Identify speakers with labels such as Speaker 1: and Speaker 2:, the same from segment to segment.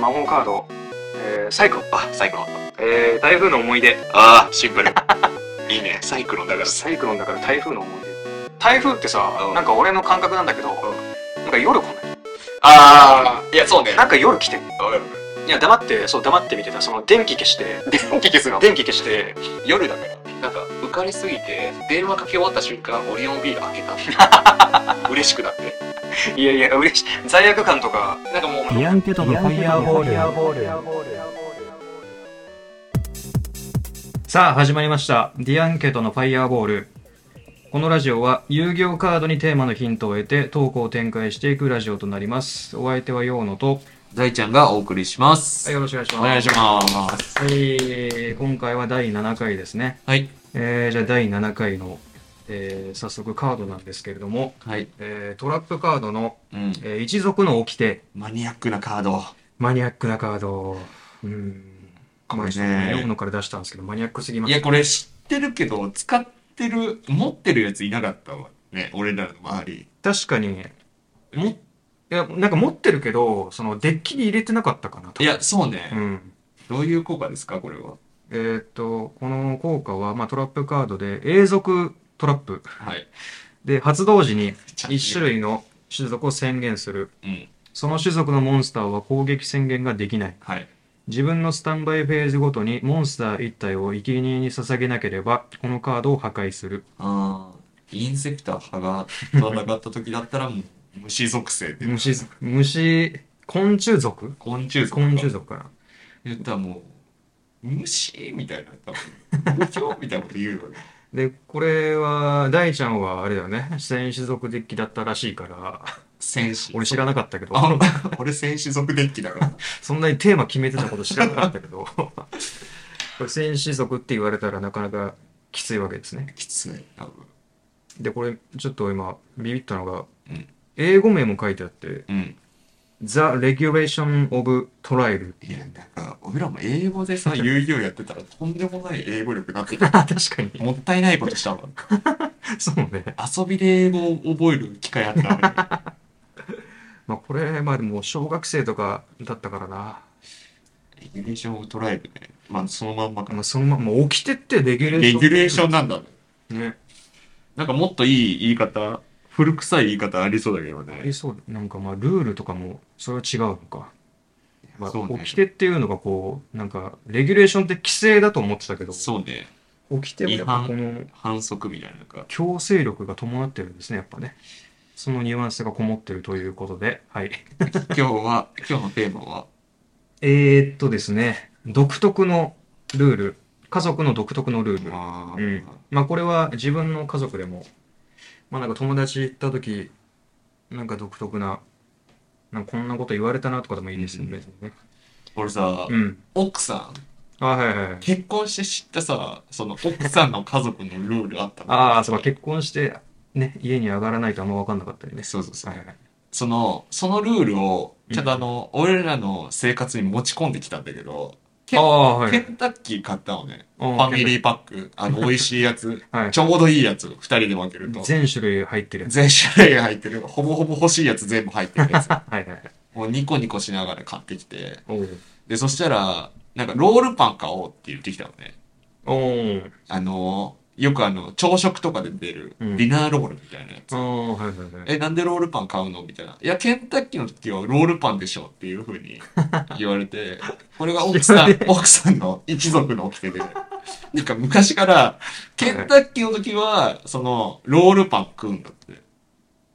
Speaker 1: 魔法カード、えー、サイクロンあサイクロン、えー、台風の思い出ああシン プルいいねサイクロンだからサイクロンだから台風の思い出台風ってさ、
Speaker 2: うん
Speaker 1: なんか俺の感覚なんだけど、なんか夜来ない
Speaker 2: ああいやそうね
Speaker 1: なんか夜来てる
Speaker 2: わかる
Speaker 1: いや黙ってそう黙って見てたその電気消して
Speaker 2: 電気消すの
Speaker 1: 電気消して
Speaker 2: 夜だからなんか浮かれすぎて電話かけ終わった瞬間オリオンビール開け た嬉しくなって
Speaker 1: いやいや嬉しい罪悪感とか
Speaker 2: なんかもう
Speaker 3: ビアンケとのファイヤーボール。
Speaker 1: さあ始まりました「ディアンケートのファイヤーボール」このラジオは遊戯王カードにテーマのヒントを得てトークを展開していくラジオとなりますお相手は陽野と、
Speaker 4: 大ちゃんがお送りしま
Speaker 1: は
Speaker 4: す。
Speaker 1: い、よろしくお願いします
Speaker 4: お願いします。
Speaker 1: す、はい、今回は第7回ですね
Speaker 4: はい。
Speaker 1: えー、じゃあ第7回の、えー、早速カードなんですけれども、
Speaker 4: はい。
Speaker 1: えー、トラップカードの、
Speaker 4: うん。
Speaker 1: えー、一族の掟
Speaker 4: マニアックなカード。
Speaker 1: マニアックなカードうん
Speaker 4: これね
Speaker 1: 4のから出したんですけどマニアックすぎま
Speaker 4: い
Speaker 1: す
Speaker 4: や、これ知ってるけど、使ってる、持ってるやついなかったわ。ね、俺らの周り。
Speaker 1: 確かに
Speaker 4: もい
Speaker 1: いや、なんか持ってるけど、そのデッキに入れてなかったかなと。
Speaker 4: や、そう
Speaker 1: う
Speaker 4: ね。
Speaker 1: ん。
Speaker 4: どういう効果ですか、これは。
Speaker 1: えーっと、この効果は、まあ、トラップカードで、永続トラップ。
Speaker 4: はい。
Speaker 1: で、発動時に
Speaker 4: ちゃんと
Speaker 1: 1種類の種族を宣言する。
Speaker 4: うん。
Speaker 1: その種族のモンスターは攻撃宣言ができない。
Speaker 4: はい。
Speaker 1: 自分のスタンバイフェーズごとにモンスター1体を生贄に捧げなければ、このカードを破壊する。
Speaker 4: あー、インセクター歯が戦った時だったら、もう、虫属性っていうの。
Speaker 1: 虫、虫、昆虫族
Speaker 4: 昆虫属か。
Speaker 1: 昆虫族かな。
Speaker 4: 言ったらもう、虫みたいな、多分。無教みたいなこと言うよね。
Speaker 1: で、これは、大ちゃんはあれだよね。戦士族デッキだったらしいから。
Speaker 4: 戦士。
Speaker 1: 俺知らなかったけど、
Speaker 4: あ、 俺選手族デッキだから。
Speaker 1: そんなにテーマ決めてたこと知らなかったけど、これ戦士族って言われたらなかなかきついわけですね。
Speaker 4: きつい、多分。
Speaker 1: で、これちょっと今ビビったのが
Speaker 4: うん、
Speaker 1: 英語名も書いてあって、
Speaker 4: うん。
Speaker 1: The Regulation of Trial。
Speaker 4: いや、なんか、俺らも英語でさ、遊戯王やってたら、とんでもない英語力になってきた。
Speaker 1: 確かに。
Speaker 4: もったいないことしたわ。
Speaker 1: そうね。
Speaker 4: 遊びで英語を覚える機会あったわ
Speaker 1: まあこれ、まあでも小学生とかだったからな。
Speaker 4: レギュレーションを捉えるね。まあ、そのまんまか
Speaker 1: ま。あそのまま、もう起きてってレギュレーシ
Speaker 4: レ
Speaker 1: ョ
Speaker 4: ギ
Speaker 1: ン。
Speaker 4: ュレーションなんだ。
Speaker 1: ョン。ね。
Speaker 4: なんかもっといい言い方、古臭い言い方ありそうだけど
Speaker 1: あ
Speaker 4: ね
Speaker 1: り。そう。なんかまあルールとかも、それは違うのか。まあ、
Speaker 4: そうね
Speaker 1: 掟っていうのがこう、なんか、レギュレーションって規制だと思ってたけど、
Speaker 4: そうね。
Speaker 1: 掟もやっぱこの
Speaker 4: 反則みたいなのか。
Speaker 1: 強制力が伴ってるんですね、やっぱね。そのニュアンスがこもってるということで、はい。
Speaker 4: 今日は、 今日のテーマは、
Speaker 1: えー、っとですね、独特のルール、家族の独特のルール。
Speaker 4: まあ、
Speaker 1: うん。まあこれは自分の家族でも、まあなんか友達行った時、なんか独特な、なんかこんなこと言われたなとかでもいいですよね。別にね
Speaker 4: 俺さ、
Speaker 1: うん。
Speaker 4: 奥さん、
Speaker 1: あ、はいはいはい。
Speaker 4: 結婚して知ったさ、その奥さんの家族のルールあったの。
Speaker 1: ああ、そうか、結婚して、ね、家に上がらないとあんま分かんなかったりね。
Speaker 4: そうそうそう
Speaker 1: はいはいはい
Speaker 4: その、そのルールを、
Speaker 1: うん
Speaker 4: ちょっとあの、俺らの生活に持ち込んできたんだけど、け
Speaker 1: ああ、はい。
Speaker 4: ケンタッキー買ったのね。
Speaker 1: フ
Speaker 4: ファミ
Speaker 1: ー。。
Speaker 4: リーパック。あの、美味しいやつ
Speaker 1: はい
Speaker 4: ち。ょうどいいやつ、二人で分けると。
Speaker 1: 全種類入ってるやつ。。
Speaker 4: 全種類入ってる。ほぼほぼ欲しいやつ全部入ってるやつ
Speaker 1: はいはいはい。
Speaker 4: もうニコニコしながら買ってきて。
Speaker 1: おう
Speaker 4: で、そしたら、なんかロールパン買おうって言ってきたのね。
Speaker 1: おう
Speaker 4: あの、よくあの、朝食とかで出る、
Speaker 1: う
Speaker 4: デ
Speaker 1: ん
Speaker 4: ィナーロールみたいなやつ。
Speaker 1: ああ、はいはいはい。
Speaker 4: え、なんでロールパン買うのみたいな。いや、ケンタッキーの時はロールパンでしょっていうふ うに言われて、これが奥さん、奥さんの一族の掟で。なんか昔から、ケンタッキーの時は、その、ロールパン食うんだって。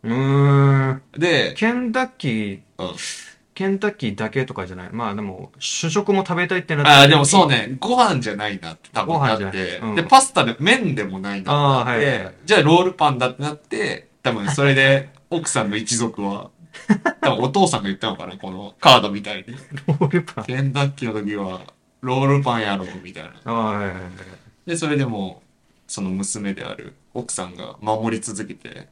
Speaker 1: うーん。
Speaker 4: で、
Speaker 1: ケンタッキー、
Speaker 4: うん
Speaker 1: ケンタッキーだけとかじゃない。まあでも、主食も食べたいってなったら
Speaker 4: ああ、でもそうね、ご飯じゃないなって多分
Speaker 1: ご飯
Speaker 4: なっ
Speaker 1: じゃない
Speaker 4: て、
Speaker 1: うん
Speaker 4: で、パスタで麺でもないなってな
Speaker 1: あー
Speaker 4: って、
Speaker 1: はいはいはい
Speaker 4: じゃあロールパンだってなって、多分それで 奥さんの一族は、多分お父さんが言ったのかな、このカードみた いに。
Speaker 1: ロールパン。
Speaker 4: ケンタッキーの時は、ロールパンやろう、みたいな。
Speaker 1: ああ、はいはいはい。
Speaker 4: で、それでもう、その娘である奥さんが守り続けて、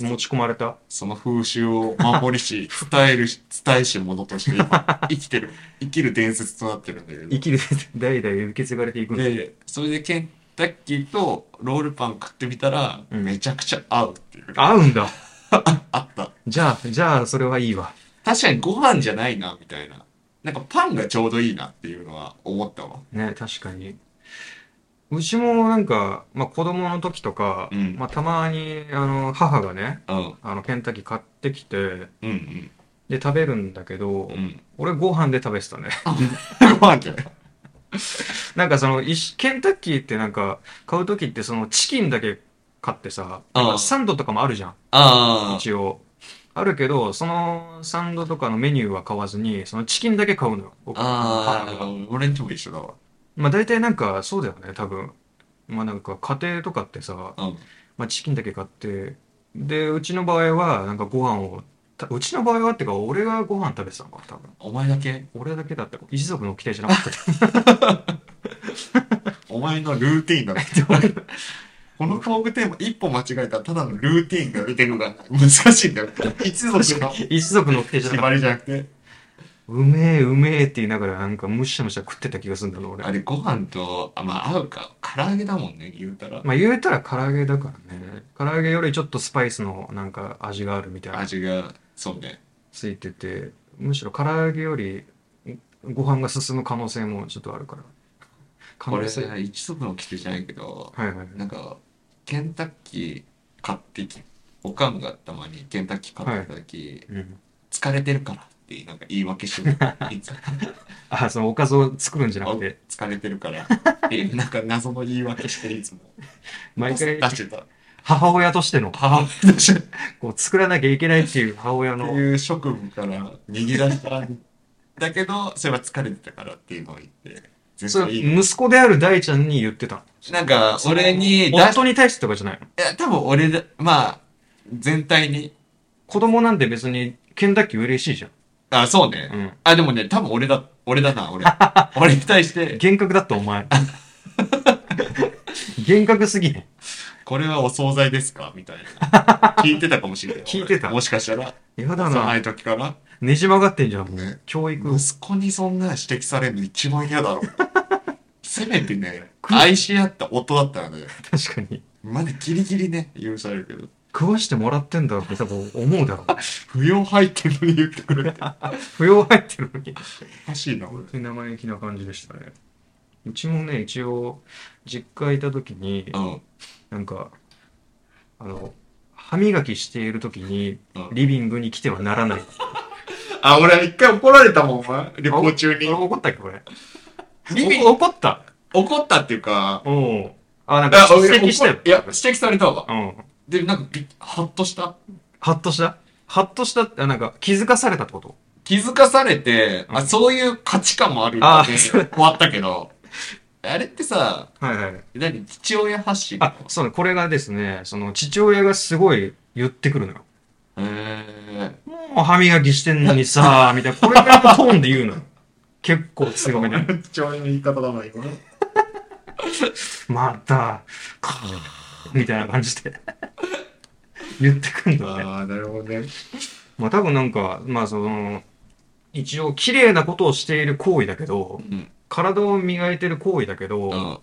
Speaker 1: 持ち込まれた。
Speaker 4: その風習を守り し、伝えるし、伝えし者として今、生きてる、生きる伝説となってるんだけど。
Speaker 1: 生きる、代々受け継がれていくんだ。
Speaker 4: で、それでケンタッキーとロールパン食ってみたら、
Speaker 1: うん
Speaker 4: めちゃくちゃ合うっていう。
Speaker 1: 合うんだ。
Speaker 4: あった。
Speaker 1: じゃあ、じゃあ、それはいいわ。
Speaker 4: 確かにご飯じゃないな、みたいな。なんかパンがちょうどいいなっていうのは思ったわ。
Speaker 1: ね、確かに。うちもなんか、まあ子供の時とか、
Speaker 4: うん
Speaker 1: まあたまに、あの、母がね、
Speaker 4: うん。
Speaker 1: あの、ケンタッキー買ってきて、
Speaker 4: うん
Speaker 1: で、食べるんだけど
Speaker 4: うん。う、ん。
Speaker 1: 俺ご飯で食べてたね。
Speaker 4: ご飯じゃない。
Speaker 1: なんかその、いしケンタッキーってなんか、買う時ってその、チキンだけ買ってさ、なん
Speaker 4: ああ
Speaker 1: かサンドとかもあるじゃん、
Speaker 4: あ
Speaker 1: 一応。あるけど、そのサンドとかのメニューは買わずに、そのチキンだけ買うのよ。
Speaker 4: あ。あ
Speaker 1: 母が
Speaker 4: あ。俺んちも一緒だわ。
Speaker 1: まあ大体なんかそうだよね、多分。まあなんか家庭とかってさ、
Speaker 4: うん。
Speaker 1: まあチキンだけ買って、で、うちの場合はなんかご飯を、たうちの場合はってか俺がご飯食べてたのか、多分。
Speaker 4: お前だけ
Speaker 1: 俺だけだったか一族の規定じゃなか ったけ
Speaker 4: お前のルーティンだって。 このトークテーマ一歩間違えたらただのルーティンが出てるから難しい んだよ。一族の
Speaker 1: ど一族の規定じゃな
Speaker 4: 決
Speaker 1: かっ
Speaker 4: まりじゃなくて。
Speaker 1: た。うめえ、うめえって言いながらなんかむしゃむしゃ食ってた気がするんだろ、俺
Speaker 4: あ。れご飯と、あまあ合うか。唐揚げだもんね、言うたら。
Speaker 1: まあ言えたら唐揚げだからね。唐揚げよりちょっとスパイスのなんか味があるみたいな。
Speaker 4: 味が、そうね。
Speaker 1: ついてて、むしろ唐揚げよりご飯が進む可能性もちょっとあるから。可
Speaker 4: こ
Speaker 1: 能
Speaker 4: れ
Speaker 1: 性。
Speaker 4: さ、一族の規定じゃないけど、
Speaker 1: はいはいはい。
Speaker 4: なんか、ケンタッキー買ってき、おかんがたまにケンタッキー買ってきた時、
Speaker 1: うん。
Speaker 4: 疲れてるからって、なんか言い訳し てる。いつも
Speaker 1: あ、そのおかずを作るんじゃなくて、
Speaker 4: 疲れてるからっていう、なんか謎の言い訳していつも。
Speaker 1: 毎回
Speaker 4: 出してた。
Speaker 1: 母親としての、
Speaker 4: 母親としてっ
Speaker 1: こう作らなきゃいけないっていう母親
Speaker 4: て
Speaker 1: の、
Speaker 4: いう職務から逃げ出した。だけど、それは疲れてたからっていうのを言って。全
Speaker 1: そ
Speaker 4: 然
Speaker 1: れ
Speaker 4: いいの。
Speaker 1: 息子である大ちゃんに言ってたの。
Speaker 4: なんか、俺に出し、
Speaker 1: 夫に対してとかじゃないの。
Speaker 4: いや、多分俺だ、まあ、全体に、
Speaker 1: 子供なんて別に、ケンタッキー嬉しいじゃん。
Speaker 4: あ、そうね。
Speaker 1: うん
Speaker 4: あ、でもね、多分俺だ、俺だ な、俺。俺に対して、
Speaker 1: 幻覚だったお前。幻覚すぎね。
Speaker 4: これはお惣菜ですかみたい な。聞いてたかもしれない。
Speaker 1: 聞いてた
Speaker 4: 俺もしかしたら、
Speaker 1: やだ
Speaker 4: 幼
Speaker 1: な。
Speaker 4: い時から。
Speaker 1: ねじ曲がってんじゃん、も
Speaker 4: ね
Speaker 1: う。教育を。
Speaker 4: 息子にそんな指摘されるの一番 嫌だろ。せめてね、愛し合った夫だったらね、
Speaker 1: 確かに。
Speaker 4: まだギリギリね、許されるけど。
Speaker 1: 食わしてもらってんだろうって多分思うだ ろう。
Speaker 4: 不要入ってるのに言ってくれて。
Speaker 1: 不要入ってるのに。
Speaker 4: おかしいな、俺
Speaker 1: 本。当に生意気な感じでしたね。うちもね、一応、実家いた時に、
Speaker 4: うん。
Speaker 1: なんか、あの、歯磨きしている時に
Speaker 4: うん、
Speaker 1: リビングに来てはならない。
Speaker 4: あ、俺一回怒られたもん、お前。旅行中に
Speaker 1: 俺。怒ったっけ、これ。
Speaker 4: リビン
Speaker 1: お怒った。
Speaker 4: 怒ったっていうか、
Speaker 1: おうあ、なん
Speaker 4: あ
Speaker 1: か、指摘したよ
Speaker 4: 怒。いや、指摘されたわ。
Speaker 1: うん。
Speaker 4: で、なんかびっ、ハッとした。
Speaker 1: ハッとしたハッとしたって、あなんか、気づかされたってこと
Speaker 4: 気づかされて、
Speaker 1: う
Speaker 4: あ、
Speaker 1: ん
Speaker 4: そういう価値観もあるんだ
Speaker 1: あ
Speaker 4: ね
Speaker 1: そう
Speaker 4: 終わったけど、あれってさ、
Speaker 1: はいはい。
Speaker 4: 何、父親発信
Speaker 1: あ、そうね、これがですね、その、父親がすごい言ってくるのよ。
Speaker 4: へー
Speaker 1: もう歯磨きしてんのにさ、みたいな、これぐらいのトーンで言うのよ。結構強めで。
Speaker 4: 父親の言い方だな、今。
Speaker 1: また、かーみたいな感じで。言ってくんだね。
Speaker 4: ああ、なるほどね。
Speaker 1: まあ多分なんか、まあその、一応綺麗なことをしている行為だけど、
Speaker 4: うん。
Speaker 1: 体を磨いてる行為だけど、
Speaker 4: うん。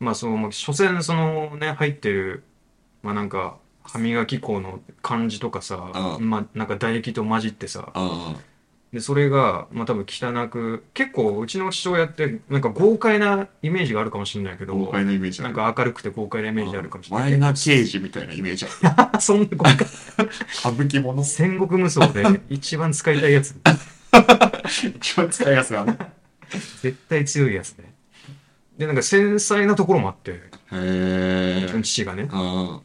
Speaker 1: まあその、まあ所詮そのね、入ってる、まあなんか、歯磨き粉の感じとかさ、
Speaker 4: う
Speaker 1: まあなんか唾液と混じってさ、
Speaker 4: うん。
Speaker 1: で、それが、まあ、多分汚く、結構、うちの父親って、なんか豪快なイメージがあるかもしれないけど、
Speaker 4: 豪快なイメージあ
Speaker 1: な
Speaker 4: る
Speaker 1: んか明るくて豪快なイメージあるかもしれ
Speaker 4: マ
Speaker 1: ない
Speaker 4: イ
Speaker 1: けど。
Speaker 4: ナー刑事みたいなイメージあ る。
Speaker 1: そんな豪快。
Speaker 4: 歌舞伎もの
Speaker 1: 戦国無双 で一番使いたいやつ。
Speaker 4: 一番使いやすいな。
Speaker 1: 絶対強いやつね。で、なんか繊細なところもあって、
Speaker 4: へ
Speaker 1: うちの父がね。
Speaker 4: うん。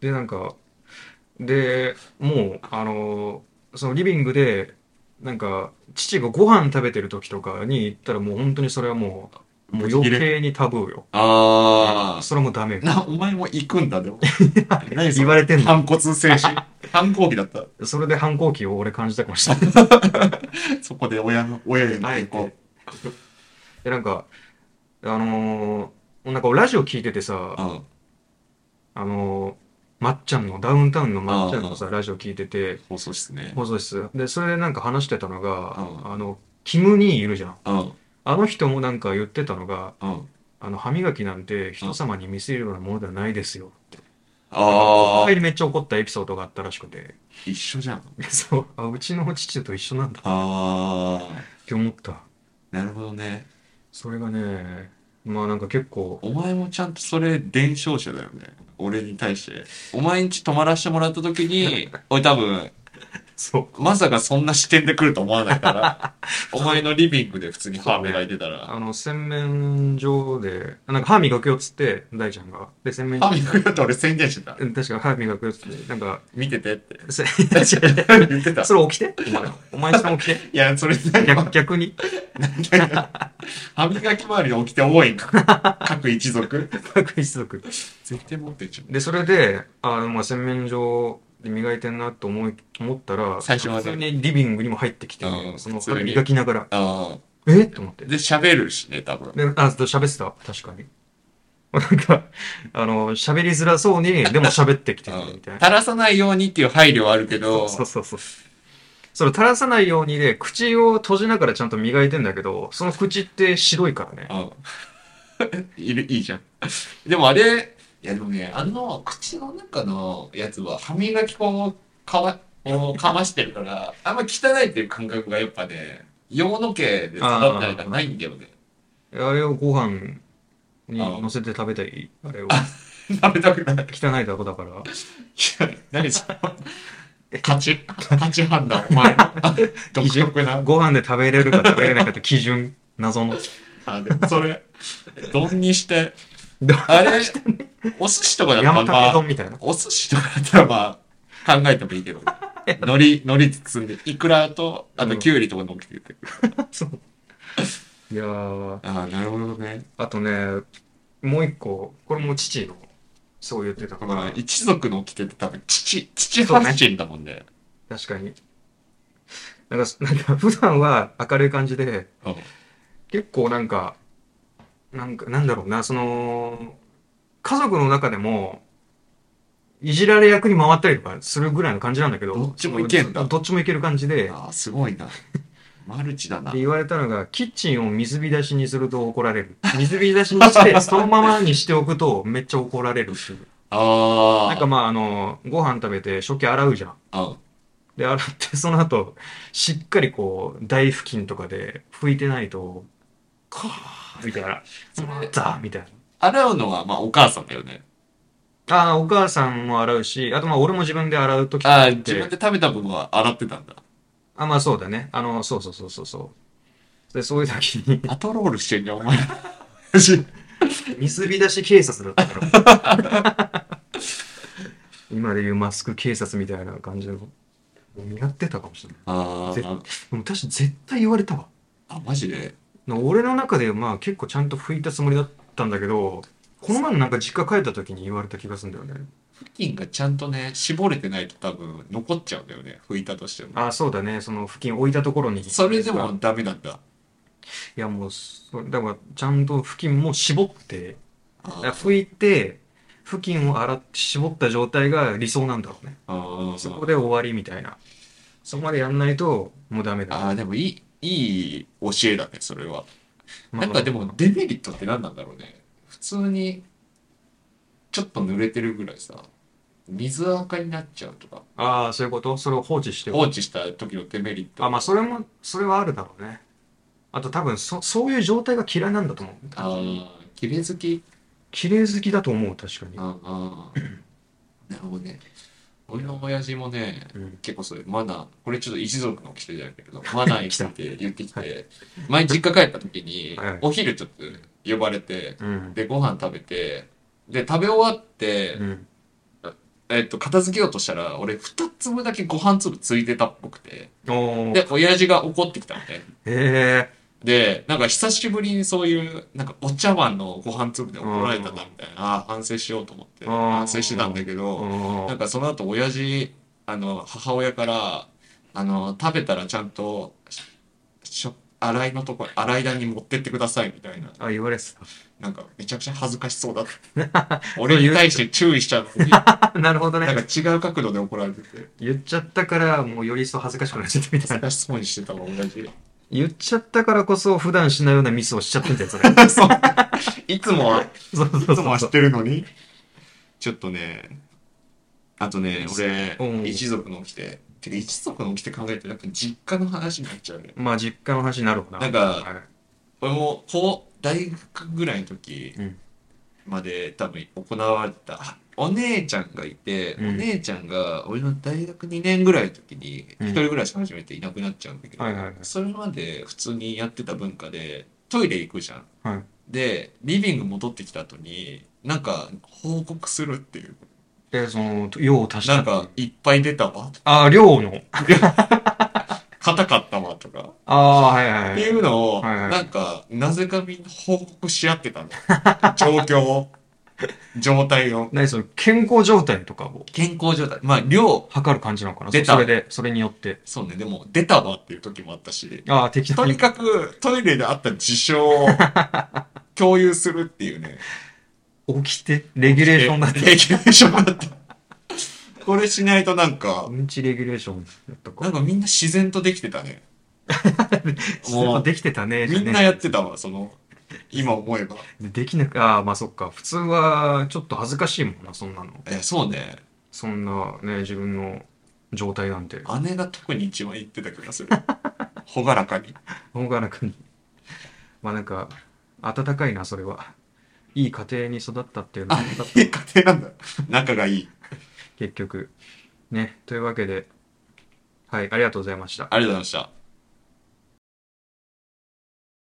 Speaker 1: で、なんか、で、もう、あのーそのリビングで、なんか、父がご飯食べてる時とかに行ったら、もう本当にそれはもう、もう余計にタブーよ。
Speaker 4: ああ。
Speaker 1: それはもうダメよ。
Speaker 4: な、お前も行くん だね。何そ
Speaker 1: 言われてんの
Speaker 4: 反骨精神。 反抗期だった。
Speaker 1: それで反抗期を俺感じたかもしれ ない。
Speaker 4: そこで親の、親への
Speaker 1: あえ
Speaker 4: 反抗
Speaker 1: て。で、なんか、あのー、なんかラジオ聞いててさ、
Speaker 4: うん。
Speaker 1: あのー、まっちゃんの、ダウンタウンのまっちゃんのさ、ラジオ聞いてて、
Speaker 4: 放送室ね。
Speaker 1: 放送室。で、それでなんか話してたの
Speaker 4: う
Speaker 1: が、
Speaker 4: ん
Speaker 1: あの、キム兄いるじゃん。
Speaker 4: うん。
Speaker 1: あの人もなんか言ってたのが、
Speaker 4: うん。
Speaker 1: あの、歯磨きなんて人様に見せるようなものではないですよって。
Speaker 4: ああ
Speaker 1: 帰。りめっちゃ怒ったエピソードがあったらしくて。
Speaker 4: 一緒じゃん。
Speaker 1: そう、あ、うちの父と一緒なんだ。
Speaker 4: ああ。
Speaker 1: て思った。
Speaker 4: なるほどね。
Speaker 1: それがね、まあなんか結構、
Speaker 4: お前もちゃんとそれ伝承者だよね。俺に対して。お前んち泊まらせてもらった 時に、俺多分、
Speaker 1: そう。
Speaker 4: まさかそんな視点で来ると思わない から、お前のリビングで普通に歯磨いてたら、
Speaker 1: あの、洗面所で、なんか歯磨くよっつって、大ちゃんが。で、洗面所
Speaker 4: 歯磨くよって俺宣言してた。
Speaker 1: うん確か歯磨くよっつって、なんか、
Speaker 4: 見てて って。
Speaker 1: せ
Speaker 4: 言ってた。
Speaker 1: それ起きてお前、お前それ起きて
Speaker 4: いや、それ
Speaker 1: 逆逆に、
Speaker 4: 歯磨き周りで起きて多い んか。各一族。
Speaker 1: 各一族。
Speaker 4: 絶対持ってんじゃん。
Speaker 1: で、それで、あまあ洗面所で磨いてんなと思い思ったら、
Speaker 4: 最初はね
Speaker 1: 普通にリビングにも入ってきて、
Speaker 4: うん
Speaker 1: その
Speaker 4: 普通に
Speaker 1: 磨きながら、
Speaker 4: あ
Speaker 1: えっと思って
Speaker 4: あ。。で、喋るしね、多分。
Speaker 1: で、あ、そう喋ってた。確かに。 なんか、あの、喋りづらそうに、でも喋ってきてるみたいな。
Speaker 4: 垂らさないようにっていう配慮はあるけど、
Speaker 1: そうそうそう。それ垂らさないようにで、口を閉じながらちゃんと磨いてんだけど、その口って白いからね。
Speaker 4: あいる、いいじゃん。 でもあれ、いやでもね、あの、口の中のやつは歯磨き粉をかわ、をかましてるから、あんま汚いっていう感覚がやっぱね、洋の毛で育ったりがないんだよね。
Speaker 1: あれをご飯に乗せて食べたい、あれを。
Speaker 4: 食べたくない。
Speaker 1: 汚いだこだから。
Speaker 4: 何それ。価値、価値判断、お前の。独特な。
Speaker 1: ご飯で食べれるか食べれないかって基準、謎 の。
Speaker 4: あ、でもそれ、丼にして
Speaker 1: 丼、
Speaker 4: あれ、お寿司とかだったら
Speaker 1: 山
Speaker 4: ま
Speaker 1: 竹
Speaker 4: あ
Speaker 1: 丼、みたいな。
Speaker 4: お寿司とかだったらまあ、考えてもいいけど、海苔、海苔包んで、イクラと、あとキュウリとか乗っけてて。
Speaker 1: そう。いやー、
Speaker 4: ああ、なるほどね。
Speaker 1: あとね、もう一個、これも父の、そう言ってたか
Speaker 4: だ
Speaker 1: ら
Speaker 4: から、一族の掟って多分、父、父発信だもんね。
Speaker 1: 確かに。なんか、なんか普段は明るい感じで、
Speaker 4: うん
Speaker 1: 結構なんか、なんか、なんだろうな、その、家族の中でも、いじられ役に回ったりとかするぐらいの感じなんだけど、
Speaker 4: どっちもいけんだ
Speaker 1: そのどっちもいける感じで、
Speaker 4: ああ、すごいな。マルチだな
Speaker 1: で。言われたのが、キッチンを水浸しにすると怒られる。水浸しに して、そのままにしておくとめっちゃ怒られるっていう。
Speaker 4: ああ。
Speaker 1: なんかまあ、あの、ご飯食べて食器洗うじゃん。
Speaker 4: あ
Speaker 1: で、洗って、その後、しっかりこう、台布巾とかで拭いてないと、カーみたいな、ザーみたい
Speaker 4: 洗うのは、まあ、お母さんだよね。
Speaker 1: な。ああ、お母さんも洗うし、あとまあ、俺も自分で洗うとき
Speaker 4: ああ、
Speaker 1: っ
Speaker 4: 自分
Speaker 1: て、
Speaker 4: で食べた分は洗ってたんだ。、
Speaker 1: あ、まあそうだね。あの、そうそうそうそうそう。で、そういう時に
Speaker 4: パトロールしてんじゃん、お前。 マジ
Speaker 1: 水浸し警察だったから。 今で言うマスク警察みたいな感じの、もう見合ってたかもしれない。
Speaker 4: あ
Speaker 1: 絶
Speaker 4: ー
Speaker 1: でも確かに絶対言われたわ。
Speaker 4: あ、マジで
Speaker 1: 俺の中でまあ結構ちゃんと拭いたつもりだったんだけどこの前のなんか実家帰った時に言われた気がするんだよね
Speaker 4: 布巾がちゃんとね、絞れてないと多分残っちゃうんだよね、拭いたとしても。
Speaker 1: ああそうだねその付近置いたところに
Speaker 4: それでもダメなんだ。
Speaker 1: いやもうそだからちゃんと付近も絞って
Speaker 4: あ
Speaker 1: だから
Speaker 4: ー
Speaker 1: 拭いて付近を洗って絞った状態が理想なんだろうね
Speaker 4: あ
Speaker 1: そ
Speaker 4: ー
Speaker 1: こで終わりみたいなそこまでやんないともうダメだ、
Speaker 4: あー、でもいい、いい教えだね、それは。
Speaker 1: まあ
Speaker 4: なんかでもデメリットって何なんだろうね。普通に、ちょっと濡れてるぐらいさ、水垢になっちゃうとか、
Speaker 1: ああそういうことそれを放置しておく
Speaker 4: 放置した時のデメリット。
Speaker 1: あまあそれもそれはあるだろうねあと多分そそういう状態が嫌いなんだと思う
Speaker 4: あー、綺麗好き
Speaker 1: 綺麗好きだと思う確かに、
Speaker 4: ああ、 なるほどね。俺の親父もね、
Speaker 1: うん
Speaker 4: 結構そういうマナー、これちょっと一族の規定じゃないけ ど、マナーについて言ってきて、前実家帰った時に
Speaker 1: はい、
Speaker 4: お昼ちょっと呼ばれて、
Speaker 1: うん
Speaker 4: で、ご飯食べて、で、食べ終わって、
Speaker 1: うん、
Speaker 4: えっと、片付けようとしたら、俺二粒だけご飯粒ついてたっぽくて、
Speaker 1: おー
Speaker 4: で、親父が怒ってきたのね。
Speaker 1: へえ
Speaker 4: で、なんか久しぶりにそういう、なんかお茶碗のご飯粒で怒られたなみたいな、あー反省しようと思って、
Speaker 1: うん
Speaker 4: 反省してたんだけど、
Speaker 1: お
Speaker 4: なん
Speaker 1: ー
Speaker 4: かその後親父、あの、母親から、あの、食べたらちゃんと、ししょ洗いのとこ、洗い台に持ってってくださいみたいな。
Speaker 1: あ言われて
Speaker 4: なんかめちゃくちゃ恥ずかしそうだ った。俺に対して注意しちゃうのに、
Speaker 1: た なるほど
Speaker 4: なん
Speaker 1: ね
Speaker 4: か違う角度で怒られてて、
Speaker 1: 言っちゃったからもうより一層恥ずかしくなっちゃったみ
Speaker 4: 恥
Speaker 1: た
Speaker 4: ず
Speaker 1: いな
Speaker 4: かしそうにしてたわ、 親父。
Speaker 1: 言っちゃったからこそ普段しないようなミスをしちゃったんだよ それ
Speaker 4: そう。いつもは、
Speaker 1: そうそう
Speaker 4: いつもは
Speaker 1: そ
Speaker 4: 知っ
Speaker 1: う
Speaker 4: てるのに。ちょっとね、あとね、俺
Speaker 1: う、ん
Speaker 4: 一族の起きて、てか一族の起きて考えてなんか実家の話になっちゃうね。
Speaker 1: まあ実家の話になるほど
Speaker 4: なんか
Speaker 1: はい
Speaker 4: 俺もこう大学ぐらいの時
Speaker 1: うん
Speaker 4: まで多分行われた、あお姉ちゃんがいて、
Speaker 1: うん
Speaker 4: お姉ちゃんが俺の大学2年ぐらいの時に
Speaker 1: うん
Speaker 4: 一人暮らし始めていなくなっちゃうんだけど、
Speaker 1: はいはいはい
Speaker 4: それまで普通にやってた文化でトイレ行くじゃん。
Speaker 1: はい
Speaker 4: でリビング戻ってきた後になんか報告するっていう
Speaker 1: でその用を足したっ
Speaker 4: なん
Speaker 1: ていう
Speaker 4: かいっぱい出たわ
Speaker 1: ああ量の
Speaker 4: 硬かったわとか
Speaker 1: ああはいはい
Speaker 4: っ
Speaker 1: は
Speaker 4: て
Speaker 1: い
Speaker 4: いうのを、
Speaker 1: はいはい
Speaker 4: なんか、なぜかみんな報告し合ってたの。 状況を、状態を、
Speaker 1: 何その健康状態とかを
Speaker 4: 健康状態。まあ、量、
Speaker 1: 測る感じなのかな
Speaker 4: 出
Speaker 1: そ
Speaker 4: た
Speaker 1: それでそれによって
Speaker 4: そうね、でも、出たわっていう時もあったし、
Speaker 1: ああ適当
Speaker 4: とに
Speaker 1: に
Speaker 4: かくトイレであった事 象を共有するっていうね。
Speaker 1: 起きてレギュレーションだっ
Speaker 4: レ
Speaker 1: て
Speaker 4: ギュレーションだった。これしないとなんか、
Speaker 1: うんちレギュレーションだった
Speaker 4: なん
Speaker 1: か
Speaker 4: かみんな自然とできてたね。 も
Speaker 1: も
Speaker 4: う
Speaker 1: うできてたねじゃ
Speaker 4: み
Speaker 1: ね
Speaker 4: んなやってたわ、その、今思えば。
Speaker 1: でできなくああまあそっか普通はちょっと恥ずかしいもんなそんなの
Speaker 4: え、そうね。
Speaker 1: そんなね自分の状態なんて
Speaker 4: 姉が特に一番言ってた気が する。ほがらかに。
Speaker 1: ほがらかにまあなんか温かいなそれはいい家庭に育ったっていうの
Speaker 4: あ
Speaker 1: が分かっ、
Speaker 4: い
Speaker 1: た
Speaker 4: い家庭なんだ。仲がいい。
Speaker 1: 結局ねというわけではいありがとうございました
Speaker 4: ありがとうございました。